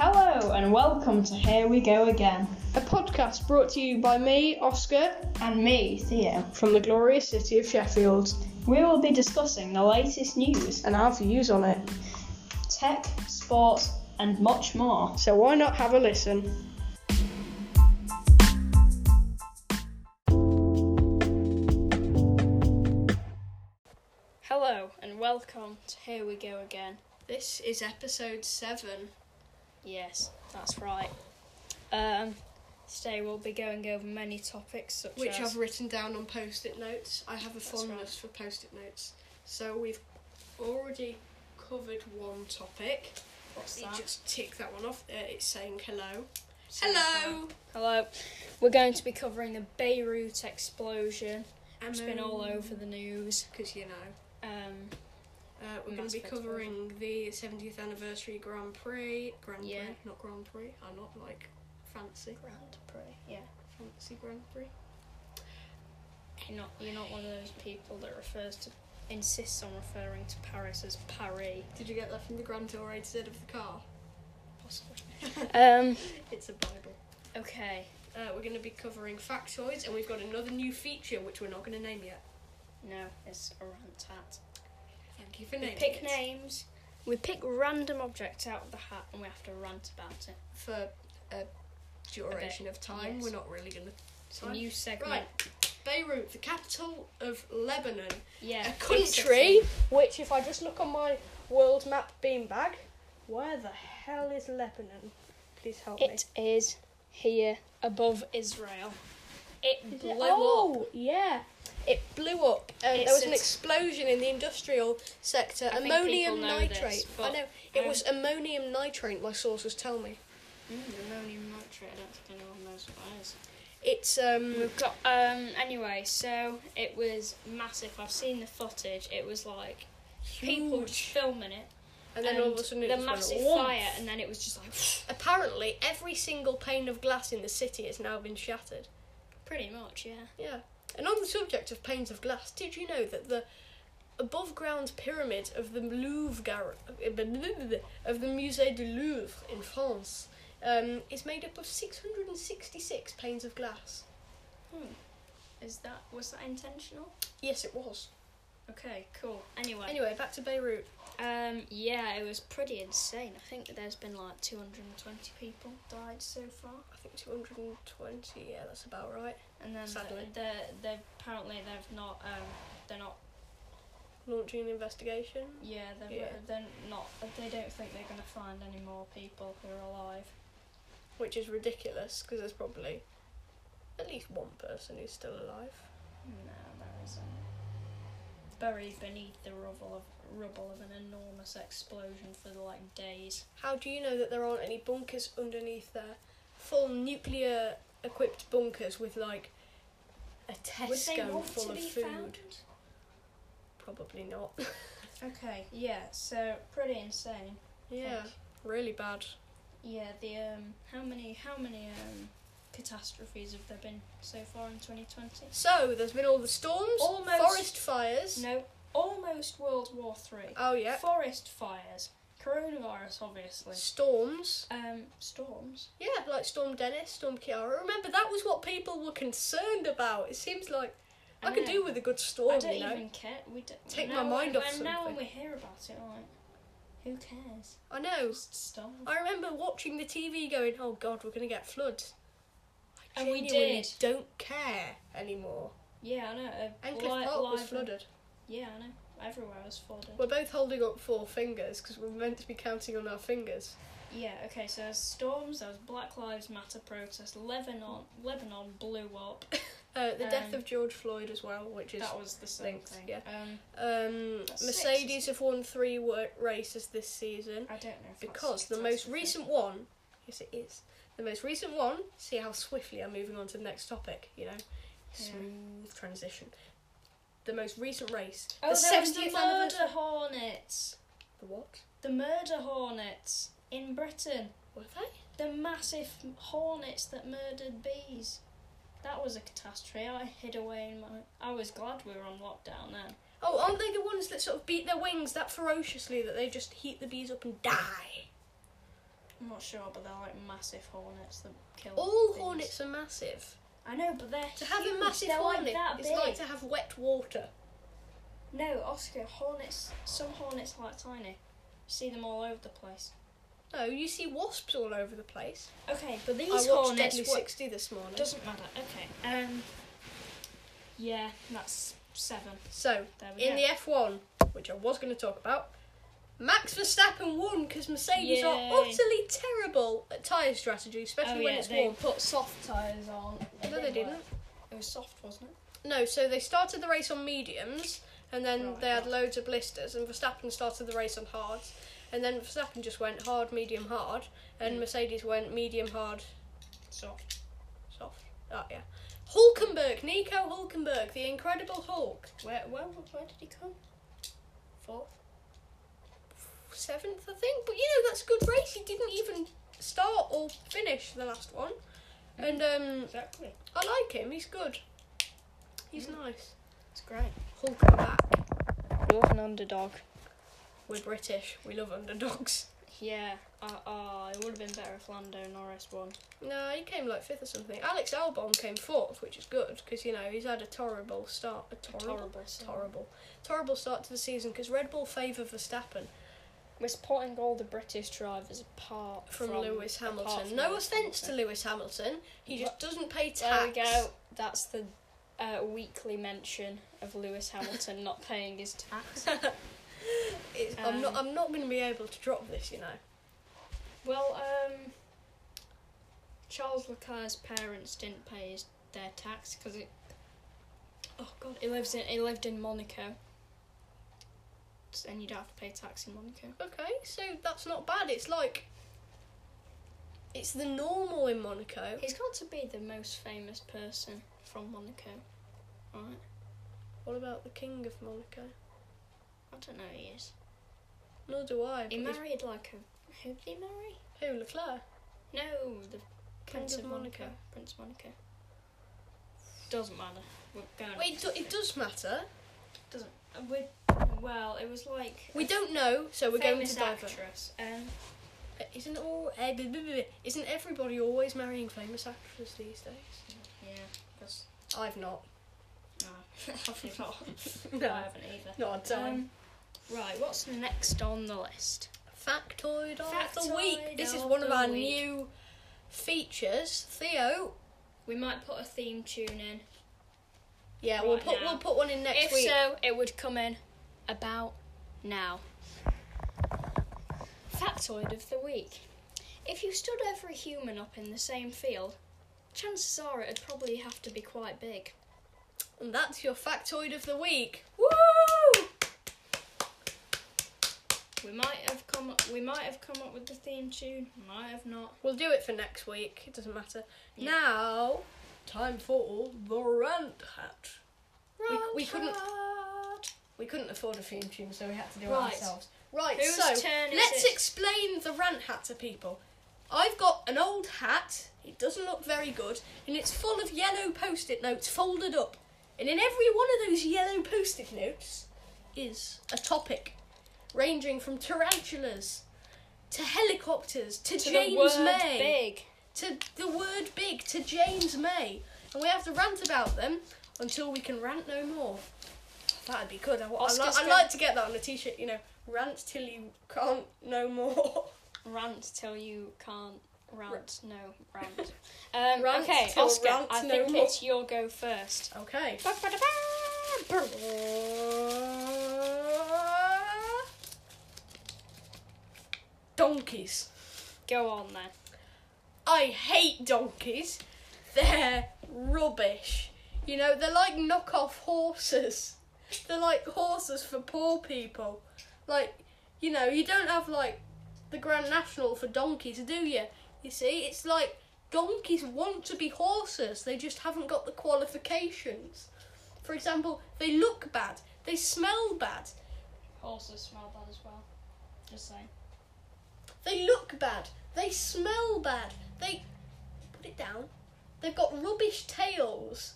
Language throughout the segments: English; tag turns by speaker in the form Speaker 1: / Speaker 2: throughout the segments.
Speaker 1: and welcome to Here We Go Again
Speaker 2: a podcast brought to you by me, Oscar,
Speaker 1: and me, Theo.
Speaker 2: from the glorious city of Sheffield,
Speaker 1: We will be discussing the latest news,
Speaker 2: and our views on it.
Speaker 1: tech, sport, and much more.
Speaker 2: So why not have a listen? Hello, and welcome to Here We Go Again. This is episode 7. Yes, that's right. Um, today we'll be going over many topics such
Speaker 3: which
Speaker 2: as...
Speaker 3: I've written down on post-it notes. I have a fondness for post-it notes. So we've already covered one topic.
Speaker 2: What's
Speaker 3: Let me
Speaker 2: that?
Speaker 3: just tick that one off. Uh, it's saying hello.
Speaker 2: Saying
Speaker 3: Hello.
Speaker 2: Hello. We're going to be covering the Beirut explosion.
Speaker 3: And
Speaker 2: It's been
Speaker 3: um,
Speaker 2: all over the news.
Speaker 3: because you know.
Speaker 2: Um,
Speaker 3: Uh, we're
Speaker 2: And
Speaker 3: going
Speaker 2: that's
Speaker 3: to be
Speaker 2: the explosion.
Speaker 3: covering the 70th anniversary Grand Prix. Grand
Speaker 2: Yeah.
Speaker 3: Prix, not Grand Prix. I'm not like fancy,
Speaker 2: Grand Prix. Yeah.
Speaker 3: fancy Grand Prix.
Speaker 2: You're not, you're not one of those people that refers to insists on referring to Paris as Paris.
Speaker 3: Did you get that from the Grand Tour A to Z of the car?
Speaker 2: Possibly. um.
Speaker 3: It's a Bible.
Speaker 2: Okay.
Speaker 3: Uh, we're going to be covering factoids, and we've got another new feature which we're not going to name yet.
Speaker 2: No, it's a rant hat.
Speaker 3: Thank you for
Speaker 2: We
Speaker 3: naming
Speaker 2: pick
Speaker 3: it.
Speaker 2: names. We pick random objects out of the hat and we have to rant about it.
Speaker 3: for a duration of time.
Speaker 2: yes.
Speaker 3: We're not really going to.
Speaker 2: It's a new segment.
Speaker 3: Right, Beirut, the capital of Lebanon.
Speaker 2: Yeah.
Speaker 3: A
Speaker 2: big
Speaker 3: country.
Speaker 2: section. Which, if I just look on my world map beanbag, where the hell is Lebanon? Please help me.
Speaker 4: It is here.
Speaker 2: above Israel. It
Speaker 4: Is
Speaker 2: blew
Speaker 4: it-
Speaker 2: up.
Speaker 4: oh, yeah.
Speaker 3: It blew up, and
Speaker 2: It's
Speaker 3: there was an
Speaker 2: a-
Speaker 3: explosion in the industrial sector.
Speaker 2: I think
Speaker 3: ammonium
Speaker 2: people know this,
Speaker 3: nitrate. I
Speaker 2: but,
Speaker 3: know it
Speaker 2: um,
Speaker 3: was ammonium nitrate. My sources tell me
Speaker 2: Mm, ammonium nitrate. I don't think anyone knows what that is.
Speaker 3: it's um.
Speaker 2: We've got um. Anyway, so it was massive. I've seen the footage. It was like people just filming it,
Speaker 3: And then all of a sudden, it
Speaker 2: the
Speaker 3: just went
Speaker 2: massive
Speaker 3: whoomp.
Speaker 2: fire, and then it was just like
Speaker 3: Apparently, every single pane of glass in the city has now been shattered.
Speaker 2: pretty much, yeah.
Speaker 3: Yeah. And on the subject of panes of glass, did you know that the above ground pyramid of the Louvre gar- of the Musée du Louvre in France um, is made up of 666 panes of glass.
Speaker 2: Hmm. Is that was that intentional?
Speaker 3: Yes, it was.
Speaker 2: Okay, cool. Anyway,
Speaker 3: Anyway, back to Beirut.
Speaker 2: um, yeah, it was pretty insane. I think there's been like 220 people died so far.
Speaker 3: I think 220. Yeah, that's about right.
Speaker 2: And then
Speaker 3: Sadly.
Speaker 2: the, the, the apparently they've not um they're not
Speaker 3: Launching an investigation.
Speaker 2: yeah they're
Speaker 3: Yeah.
Speaker 2: they're not they don't think they're gonna find any more people who are alive.
Speaker 3: which is ridiculous because there's probably at least one person who's still alive.
Speaker 2: No, there isn't. Buried beneath the rubble of rubble of an enormous explosion for like days.
Speaker 3: How do you know that there aren't any bunkers underneath there? Full nuclear equipped bunkers with like a Tesco full of food. Probably not.
Speaker 2: Okay, yeah. So pretty insane.
Speaker 3: yeah,
Speaker 2: Think.
Speaker 3: really bad.
Speaker 2: Yeah. The um, how many how many um catastrophes have there been so far in 2020?
Speaker 3: So there's been all the storms,
Speaker 2: Almost-
Speaker 3: forest fires.
Speaker 2: No, almost World War Three.
Speaker 3: Oh yeah,
Speaker 2: Forest fires, coronavirus, obviously.
Speaker 3: storms.
Speaker 2: Um, storms.
Speaker 3: Yeah, like Storm Dennis, Storm Kiara. Remember that was what people were concerned about. It seems like I,
Speaker 2: I
Speaker 3: can
Speaker 2: know.
Speaker 3: do with a good storm.
Speaker 2: I don't
Speaker 3: you know?
Speaker 2: even care. We don't,
Speaker 3: Take
Speaker 2: now
Speaker 3: my mind
Speaker 2: when,
Speaker 3: off
Speaker 2: when- Now when
Speaker 3: something.
Speaker 2: we hear about it, like, who cares?
Speaker 3: I know.
Speaker 2: Just storm.
Speaker 3: I remember watching the TV going, oh god, we're going to get floods. I
Speaker 2: And we
Speaker 3: genuinely
Speaker 2: did.
Speaker 3: don't care anymore.
Speaker 2: Yeah, I know. Uh,
Speaker 3: And Cliff
Speaker 2: li-
Speaker 3: Park was
Speaker 2: live-
Speaker 3: flooded.
Speaker 2: Yeah, I know. Everywhere was flooded.
Speaker 3: We're both holding up four fingers because we're meant to be counting on our fingers.
Speaker 2: Yeah. Okay. So there's storms. There was Black Lives Matter protest. Lebanon. Lebanon blew up.
Speaker 3: Uh, the death
Speaker 2: Um,
Speaker 3: of George Floyd as well, which is.
Speaker 2: that was the same
Speaker 3: thanks,
Speaker 2: thing.
Speaker 3: yeah.
Speaker 2: Um,
Speaker 3: Um,
Speaker 2: That's six,
Speaker 3: Mercedes
Speaker 2: isn't
Speaker 3: have won three wo- races this season
Speaker 2: I don't know. If
Speaker 3: because
Speaker 2: that's
Speaker 3: the
Speaker 2: a
Speaker 3: most
Speaker 2: catastrophe.
Speaker 3: recent one. Yes, it is. The most recent one. See how swiftly I'm moving on to the next topic, you know?
Speaker 2: Yeah.
Speaker 3: Smooth transition. The most recent race.
Speaker 2: Oh, the there was the
Speaker 3: 70th
Speaker 2: murder
Speaker 3: anniversary-
Speaker 2: hornets.
Speaker 3: The what?
Speaker 2: The murder hornets in Britain.
Speaker 3: Were they?
Speaker 2: The massive hornets that murdered bees. That was a catastrophe. I hid away in my. I was glad we were on lockdown then.
Speaker 3: Oh, aren't they the ones that sort of beat their wings that ferociously that they just heat the bees up and die?
Speaker 2: I'm not sure, but they're like massive hornets that kill.
Speaker 3: All
Speaker 2: things.
Speaker 3: hornets are massive.
Speaker 1: I know, but they're
Speaker 3: To have
Speaker 1: huge.
Speaker 3: a massive
Speaker 1: they're
Speaker 3: hornet
Speaker 1: like that
Speaker 3: is
Speaker 1: big.
Speaker 3: like to have wet water.
Speaker 2: No, Oscar, hornets. Some hornets are like tiny. You see them all over the place.
Speaker 3: No, you see wasps all over the place.
Speaker 2: Okay, but these
Speaker 3: I watched
Speaker 2: hornets.
Speaker 3: Deadly
Speaker 2: were-
Speaker 3: Sixty this morning.
Speaker 2: Doesn't matter. Okay. Um. Yeah, that's seven.
Speaker 3: so
Speaker 2: There we
Speaker 3: in
Speaker 2: go.
Speaker 3: the F one, which I was going to talk about, Max Verstappen won because Mercedes
Speaker 2: Yay.
Speaker 3: are utterly terrible at tyre strategy, especially
Speaker 2: oh
Speaker 3: when
Speaker 2: yeah,
Speaker 3: it's
Speaker 2: they
Speaker 3: warm.
Speaker 2: put soft tires on. It
Speaker 3: No, they
Speaker 2: didn't
Speaker 3: didn't.
Speaker 2: work. It was soft, wasn't it?
Speaker 3: No, so they started the race on mediums, and then
Speaker 2: Right.
Speaker 3: they had loads of blisters, and Verstappen started the race on hards, and then Verstappen just went hard, medium, hard, and
Speaker 2: Mm.
Speaker 3: Mercedes went medium, hard,
Speaker 2: Soft.
Speaker 3: soft. Oh yeah, Hulkenberg, Nico Hulkenberg, the Incredible Hulk,
Speaker 2: Where where where did he come? Fourth.
Speaker 3: seventh I think, but you know that's a good race. He didn't even start or finish the last one, and um,
Speaker 2: Exactly.
Speaker 3: I like him. He's good. He's nice.
Speaker 2: It's great.
Speaker 3: Hulkenberg.
Speaker 2: You're an underdog.
Speaker 3: We're British. We love underdogs.
Speaker 2: Yeah. Uh, uh, it would have been better if Lando Norris won.
Speaker 3: No, he came like fifth or something. Alex Albon came fourth, which is good because you know he's had a terrible start. A terrible,
Speaker 2: Horrible. song.
Speaker 3: terrible, terrible start to the season because Red Bull favour Verstappen
Speaker 2: We're supporting all the British drivers apart
Speaker 3: from, Lewis
Speaker 2: apart
Speaker 3: Hamilton.
Speaker 2: from
Speaker 3: No
Speaker 2: Lewis
Speaker 3: offence to
Speaker 2: Hamilton.
Speaker 3: Lewis Hamilton, he just doesn't pay tax.
Speaker 2: There we go. That's the uh, weekly mention of Lewis Hamilton not paying his tax.
Speaker 3: It's- I'm not.
Speaker 2: Um,
Speaker 3: I'm not going to be able to drop this, you know.
Speaker 2: Well, um, Charles Leclerc's parents didn't pay his, their tax because it. Oh God, he lives in he lived in Monaco. S- And you don't have to pay tax in Monaco.
Speaker 3: Okay, so that's not bad. It's like it's the normal in Monaco.
Speaker 2: He's got to be the most famous person from Monaco, right?
Speaker 3: What about the King of Monaco?
Speaker 2: I don't know who he is.
Speaker 3: Nor do I.
Speaker 2: He
Speaker 3: but he's-
Speaker 2: married like a who did he marry?
Speaker 3: Who Leclerc?
Speaker 2: No, the Prince
Speaker 3: of
Speaker 2: of Monaco.
Speaker 3: Monaco.
Speaker 2: Prince of Monaco. Doesn't matter. We're going.
Speaker 3: Wait, it do- it does matter.
Speaker 2: doesn't. We well, it was like
Speaker 3: We don't know, so we're going
Speaker 2: famous
Speaker 3: to dive.
Speaker 2: actress. Um,
Speaker 3: Uh, Isn't all eh, blah, blah, blah. isn't everybody always marrying famous actresses these days?
Speaker 2: yeah, that's
Speaker 3: I've not.
Speaker 2: no, obviously not. I haven't either.
Speaker 3: not on time.
Speaker 2: Um, right, what's next on the list?
Speaker 3: factoid of the
Speaker 2: Factoid
Speaker 3: week. This is
Speaker 2: of
Speaker 3: one of
Speaker 2: the
Speaker 3: our
Speaker 2: week.
Speaker 3: new features. Theo.
Speaker 2: We might put a theme tune in.
Speaker 3: Yeah, we'll
Speaker 2: Right uh,
Speaker 3: put
Speaker 2: now.
Speaker 3: we'll put one in next
Speaker 2: if
Speaker 3: week.
Speaker 2: so, it would come in about now. Factoid of the week. If you stood every human up in the same field, chances are it'd probably have to be quite big.
Speaker 3: And that's your factoid of the week. Woo!
Speaker 2: We might have come we might have come up with the theme tune, might have not.
Speaker 3: We'll do it for next week. It doesn't matter.
Speaker 2: Yeah.
Speaker 3: Now, time for the rant hat. We- we couldn't-
Speaker 2: Rant.
Speaker 3: We couldn't afford a theme tune, so we had to do
Speaker 2: Right.
Speaker 3: it ourselves. Right,
Speaker 2: Whose
Speaker 3: so
Speaker 2: turn is
Speaker 3: let's
Speaker 2: it?
Speaker 3: explain the rant hat to people. I've got an old hat, it doesn't look very good, and it's full of yellow post it notes folded up. And in every one of those yellow post it notes is a topic ranging from tarantulas to helicopters to,
Speaker 2: To
Speaker 3: James
Speaker 2: the word
Speaker 3: May
Speaker 2: big.
Speaker 3: to the word big to James May, and we have to rant about them until we can rant no more. That'd be good. I, I,
Speaker 2: Oscar's
Speaker 3: I
Speaker 2: gonna-
Speaker 3: like to get that on a t-shirt. You know, rant till you can't no more.
Speaker 2: Rant till you can't rant no rant. Um,
Speaker 3: Rant
Speaker 2: okay,
Speaker 3: till
Speaker 2: Oscar,
Speaker 3: rant
Speaker 2: I
Speaker 3: no
Speaker 2: think
Speaker 3: more.
Speaker 2: it's your go first.
Speaker 3: okay.
Speaker 2: Ba-ba-da-ba!
Speaker 3: Donkeys.
Speaker 2: Go on then.
Speaker 3: I hate donkeys. They're rubbish. You know, they're like knockoff horses. They're like horses for poor people. Like, you know, you don't have like the Grand National for donkeys, do you? You see, it's like donkeys want to be horses, they just haven't got the qualifications. For example, they look bad, they smell bad,
Speaker 2: Horses smell bad as well. Just saying.
Speaker 3: They look bad. They smell bad. They put it down. They've got rubbish tails.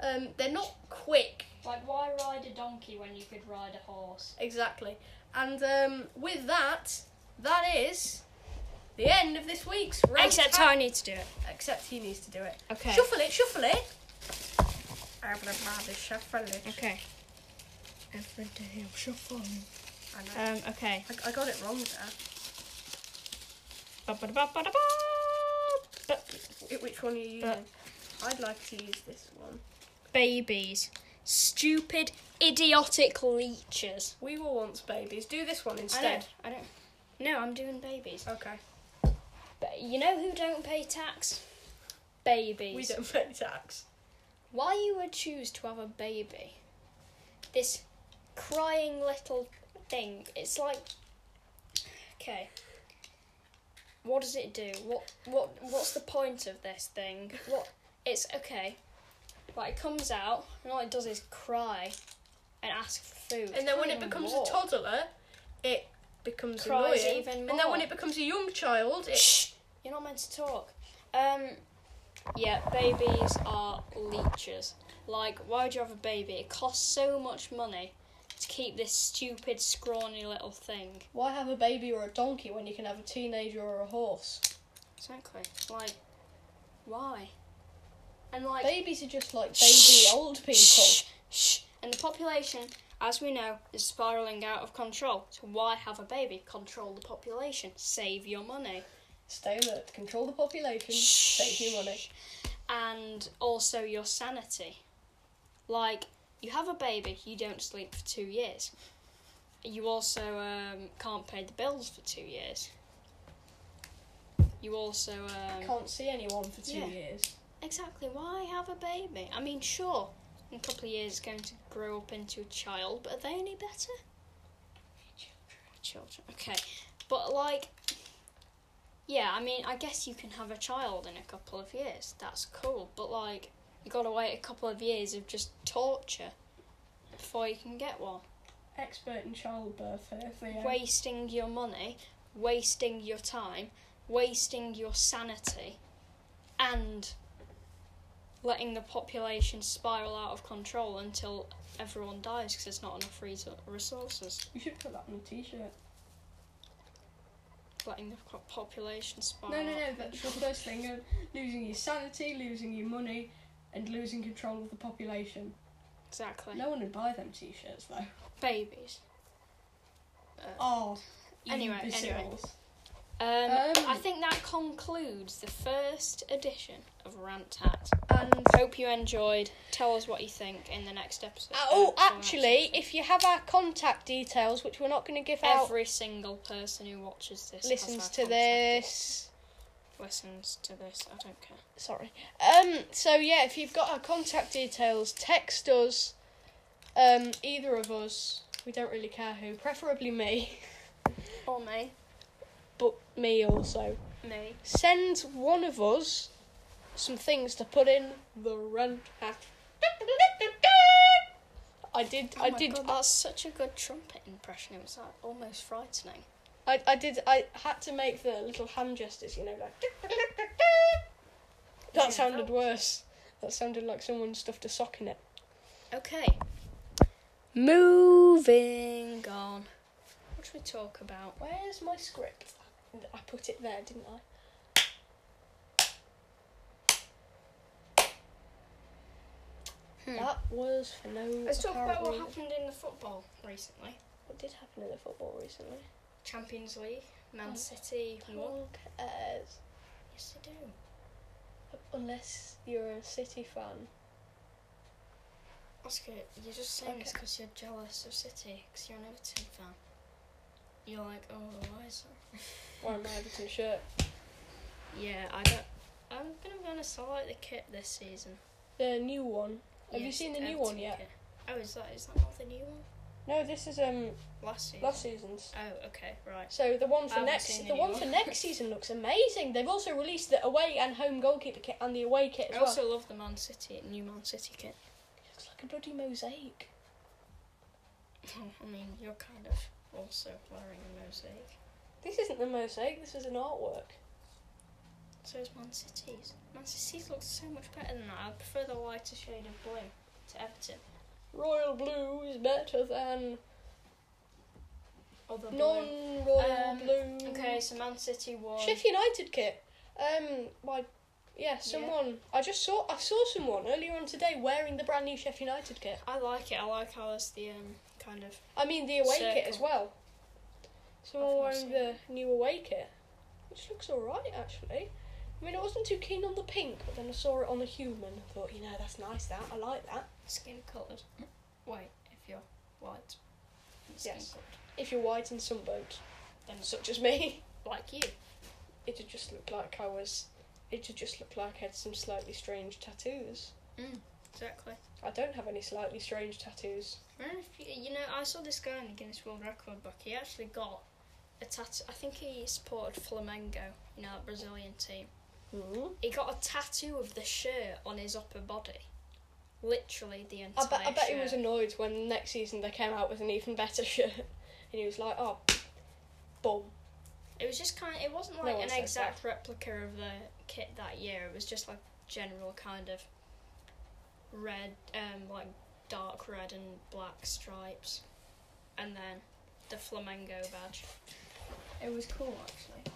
Speaker 3: Um, they're not quick
Speaker 2: Like, why ride a donkey when you could ride a horse?
Speaker 3: exactly. And um, with that, that is the end of this week's rant
Speaker 2: Except
Speaker 3: time.
Speaker 2: I need to do it.
Speaker 3: Except he needs to do it.
Speaker 2: Okay.
Speaker 3: Shuffle it, shuffle it. Abracadabra, Shuffle it.
Speaker 2: Okay. Every day I'm shuffling.
Speaker 3: I, know.
Speaker 2: Um, okay.
Speaker 3: I, I got it wrong there.
Speaker 2: Ba-ba-da-ba-ba-da-ba. But
Speaker 3: Wh- Which one are you using?
Speaker 2: But-
Speaker 3: I'd like to use this one.
Speaker 2: babies. Stupid, idiotic leeches.
Speaker 3: We were once babies. Do this one instead.
Speaker 2: I don't. No, I'm doing babies.
Speaker 3: Okay.
Speaker 2: But you know who don't pay tax? Babies.
Speaker 3: We don't pay tax.
Speaker 2: Why you would choose to have a baby? This crying little thing. It's like. Okay. What does it do? What what what's the point of this thing? What it's okay. Like it comes out and all it does is cry and ask for food.
Speaker 3: And then when it
Speaker 2: Can't even
Speaker 3: becomes a
Speaker 2: walk.
Speaker 3: toddler, it becomes
Speaker 2: Cries
Speaker 3: annoying.
Speaker 2: even
Speaker 3: And then
Speaker 2: more.
Speaker 3: when it becomes a young child, it
Speaker 2: Shh! You're not meant to talk. Um, yeah, babies are leeches. Like, why would you have a baby? It costs so much money to keep this stupid, scrawny little thing.
Speaker 3: Why have a baby or a donkey when you can have a teenager or a horse?
Speaker 2: Exactly. Like, why? And like,
Speaker 3: Babies are just like
Speaker 2: Shh.
Speaker 3: old
Speaker 2: shh, shh. And the population, as we know, is spiraling out of control. So why have a baby? Control the population. Save your money.
Speaker 3: Stay alert, control the population, save you money.
Speaker 2: and also your sanity. Like, you have a baby, you don't sleep for two years. You also um, can't pay the bills for two years. You also. Um,
Speaker 3: Can't see anyone for two
Speaker 2: Yeah.
Speaker 3: years.
Speaker 2: exactly, why have a baby? I mean, sure, in a couple of years it's going to grow up into a child, but are they any better? Children. Okay. But, like. Yeah, I mean, I guess you can have a child in a couple of years. That's cool. But, like, you gotta wait a couple of years of just torture before you can get one.
Speaker 3: Expert in childbirth here for you.
Speaker 2: Wasting your money, wasting your time, wasting your sanity, and letting the population spiral out of control until everyone dies because there's not enough reso- resources.
Speaker 3: You should put that on a t-shirt.
Speaker 2: Letting the co- population spiral.
Speaker 3: No, no, no,
Speaker 2: out-
Speaker 3: that's your first thing. uh, Losing your sanity, losing your money, and losing control of the population.
Speaker 2: Exactly.
Speaker 3: No one would buy them t-shirts though.
Speaker 2: Babies. Uh,
Speaker 3: Oh,
Speaker 2: Anyway, anyway.
Speaker 3: imbeciles.
Speaker 2: Um,
Speaker 3: Um,
Speaker 2: I think that concludes the first edition of Rant Tat.
Speaker 3: And
Speaker 2: Hope you enjoyed. Tell us what you think in the next episode.
Speaker 3: Uh, oh,
Speaker 2: for the next
Speaker 3: actually,
Speaker 2: episode.
Speaker 3: if you have our contact details, which we're not going to give out,
Speaker 2: every single person who watches this has
Speaker 3: listens
Speaker 2: our
Speaker 3: to
Speaker 2: contact.
Speaker 3: this.
Speaker 2: listens to this. I don't care.
Speaker 3: Sorry. Um. So yeah, if you've got our contact details, text us. Um. Either of us. We don't really care who. Preferably me,
Speaker 2: Or me,
Speaker 3: but me also.
Speaker 2: me.
Speaker 3: Send one of us some things to put in the run hat. I did.
Speaker 2: Oh
Speaker 3: I
Speaker 2: my
Speaker 3: did.
Speaker 2: God, that's such a good trumpet impression. It was like, almost frightening.
Speaker 3: I, I did. I had to make the little hand gestures, you know, like. That
Speaker 2: Yeah,
Speaker 3: sounded
Speaker 2: that-
Speaker 3: worse. That sounded like someone stuffed a sock in it.
Speaker 2: Okay. Moving on. What should we talk about?
Speaker 3: Where's my script? I put it there, didn't I?
Speaker 2: Hmm.
Speaker 3: That was for no.
Speaker 2: Let's talk about what
Speaker 3: apparent-
Speaker 2: happened in the football recently.
Speaker 3: What did happen in the football recently?
Speaker 2: Champions League, Man
Speaker 3: Oh.
Speaker 2: City
Speaker 3: No
Speaker 2: won.
Speaker 3: one cares.
Speaker 2: Yes, they do.
Speaker 3: Unless you're a City fan.
Speaker 2: Oscar, you're just saying this
Speaker 3: Okay.
Speaker 2: because you're jealous of City, because you're an Everton fan. You're like, oh, why is that?
Speaker 3: Wearing my Everton shirt.
Speaker 2: Yeah, I don't. I'm gonna be honest. I like the kit this season.
Speaker 3: The new one. Have you
Speaker 2: Yes,
Speaker 3: seen the new
Speaker 2: Everton
Speaker 3: one yet?
Speaker 2: kit. Oh, is that is that not the new one?
Speaker 3: No, this is um
Speaker 2: Last season.
Speaker 3: last season's.
Speaker 2: Oh, okay, right.
Speaker 3: So the one
Speaker 2: I
Speaker 3: for
Speaker 2: haven't
Speaker 3: next
Speaker 2: seen
Speaker 3: the one
Speaker 2: anyone.
Speaker 3: for next season looks amazing. They've also released the away and home goalkeeper kit and the away kit as
Speaker 2: I
Speaker 3: well.
Speaker 2: also love the Man City new Man City kit.
Speaker 3: It's like a bloody mosaic.
Speaker 2: I mean, you're kind of also wearing a mosaic.
Speaker 3: This isn't the mosaic. This is an artwork.
Speaker 2: So is Man City's. Man City's looks so much better than that. I prefer the lighter shade of blue to Everton.
Speaker 3: Royal blue is better than
Speaker 2: Other blue.
Speaker 3: Non-royal
Speaker 2: Um,
Speaker 3: blue.
Speaker 2: Okay, so Man City won.
Speaker 3: Sheffield United kit. Um, my, yeah, someone. I just saw. I saw someone earlier on today wearing the brand new Sheffield United kit.
Speaker 2: I like it. I like how it's the um kind of
Speaker 3: I mean the away kit
Speaker 2: Circle.
Speaker 3: as well. Someone
Speaker 2: I've not
Speaker 3: wearing
Speaker 2: seen
Speaker 3: the new away kit, which looks alright actually. I mean, I wasn't too keen on the pink, but then I saw it on a human. I thought, you know, that's nice. That I like that.
Speaker 2: skin coloured. Wait, if you're white, and skin
Speaker 3: Yes.
Speaker 2: coloured,
Speaker 3: If you're white and sunburnt,
Speaker 2: then so
Speaker 3: such as me,
Speaker 2: like you.
Speaker 3: it'd just look like I was. It'd just look like I had some slightly strange tattoos.
Speaker 2: Exactly.
Speaker 3: I don't have any slightly strange tattoos.
Speaker 2: I don't know if you, you know, I saw this guy in the Guinness World Record book. He actually got a tattoo. I think he supported Flamengo, you know, that Brazilian team.
Speaker 3: Hmm.
Speaker 2: He got a tattoo of the shirt on his upper body. Literally the entire
Speaker 3: I bet, I bet he
Speaker 2: shirt.
Speaker 3: was annoyed when next season they came out with an even better shirt, and he was like, "Oh, boom."
Speaker 2: It was just kind. Of, it wasn't
Speaker 3: No
Speaker 2: like
Speaker 3: one
Speaker 2: an
Speaker 3: said
Speaker 2: exact replica of the kit that year. It was just like general kind of red, um, like dark red and black stripes, and then the flamingo badge. It was cool actually.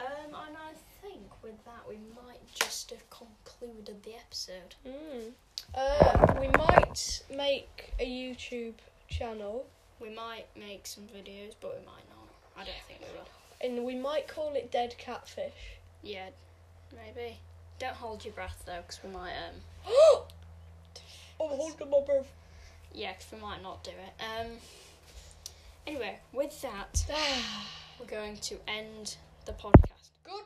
Speaker 2: Um, and I think with that we might just have concluded the episode.
Speaker 3: Mm. Uh, we might make a YouTube channel,
Speaker 2: We might make some videos, but we might not. I don't think we will.
Speaker 3: and we might call it Dead Catfish.
Speaker 2: Yeah, maybe. Don't hold your breath though, because we might um.
Speaker 3: oh, hold my breath.
Speaker 2: Yeah, 'cause we might not do it. Um. Anyway, with that, we're going to end the podcast.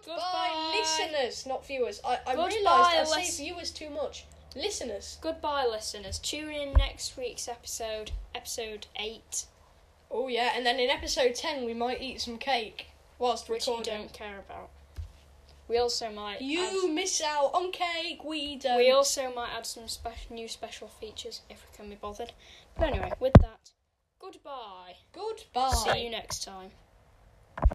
Speaker 3: Goodbye, listeners, not viewers. I, I
Speaker 2: Goodbye,
Speaker 3: realised I
Speaker 2: lis-
Speaker 3: say viewers too much. Listeners.
Speaker 2: Goodbye, listeners. Tune in next week's episode, episode eight,
Speaker 3: Oh yeah, and then in episode ten we might eat some cake whilst
Speaker 2: which
Speaker 3: recording.
Speaker 2: you don't care about. We also might.
Speaker 3: You miss out on cake. We
Speaker 2: Add,
Speaker 3: don't.
Speaker 2: we also might add some special new special features if we can be bothered. But anyway, with that, goodbye.
Speaker 3: Goodbye.
Speaker 2: See you next time.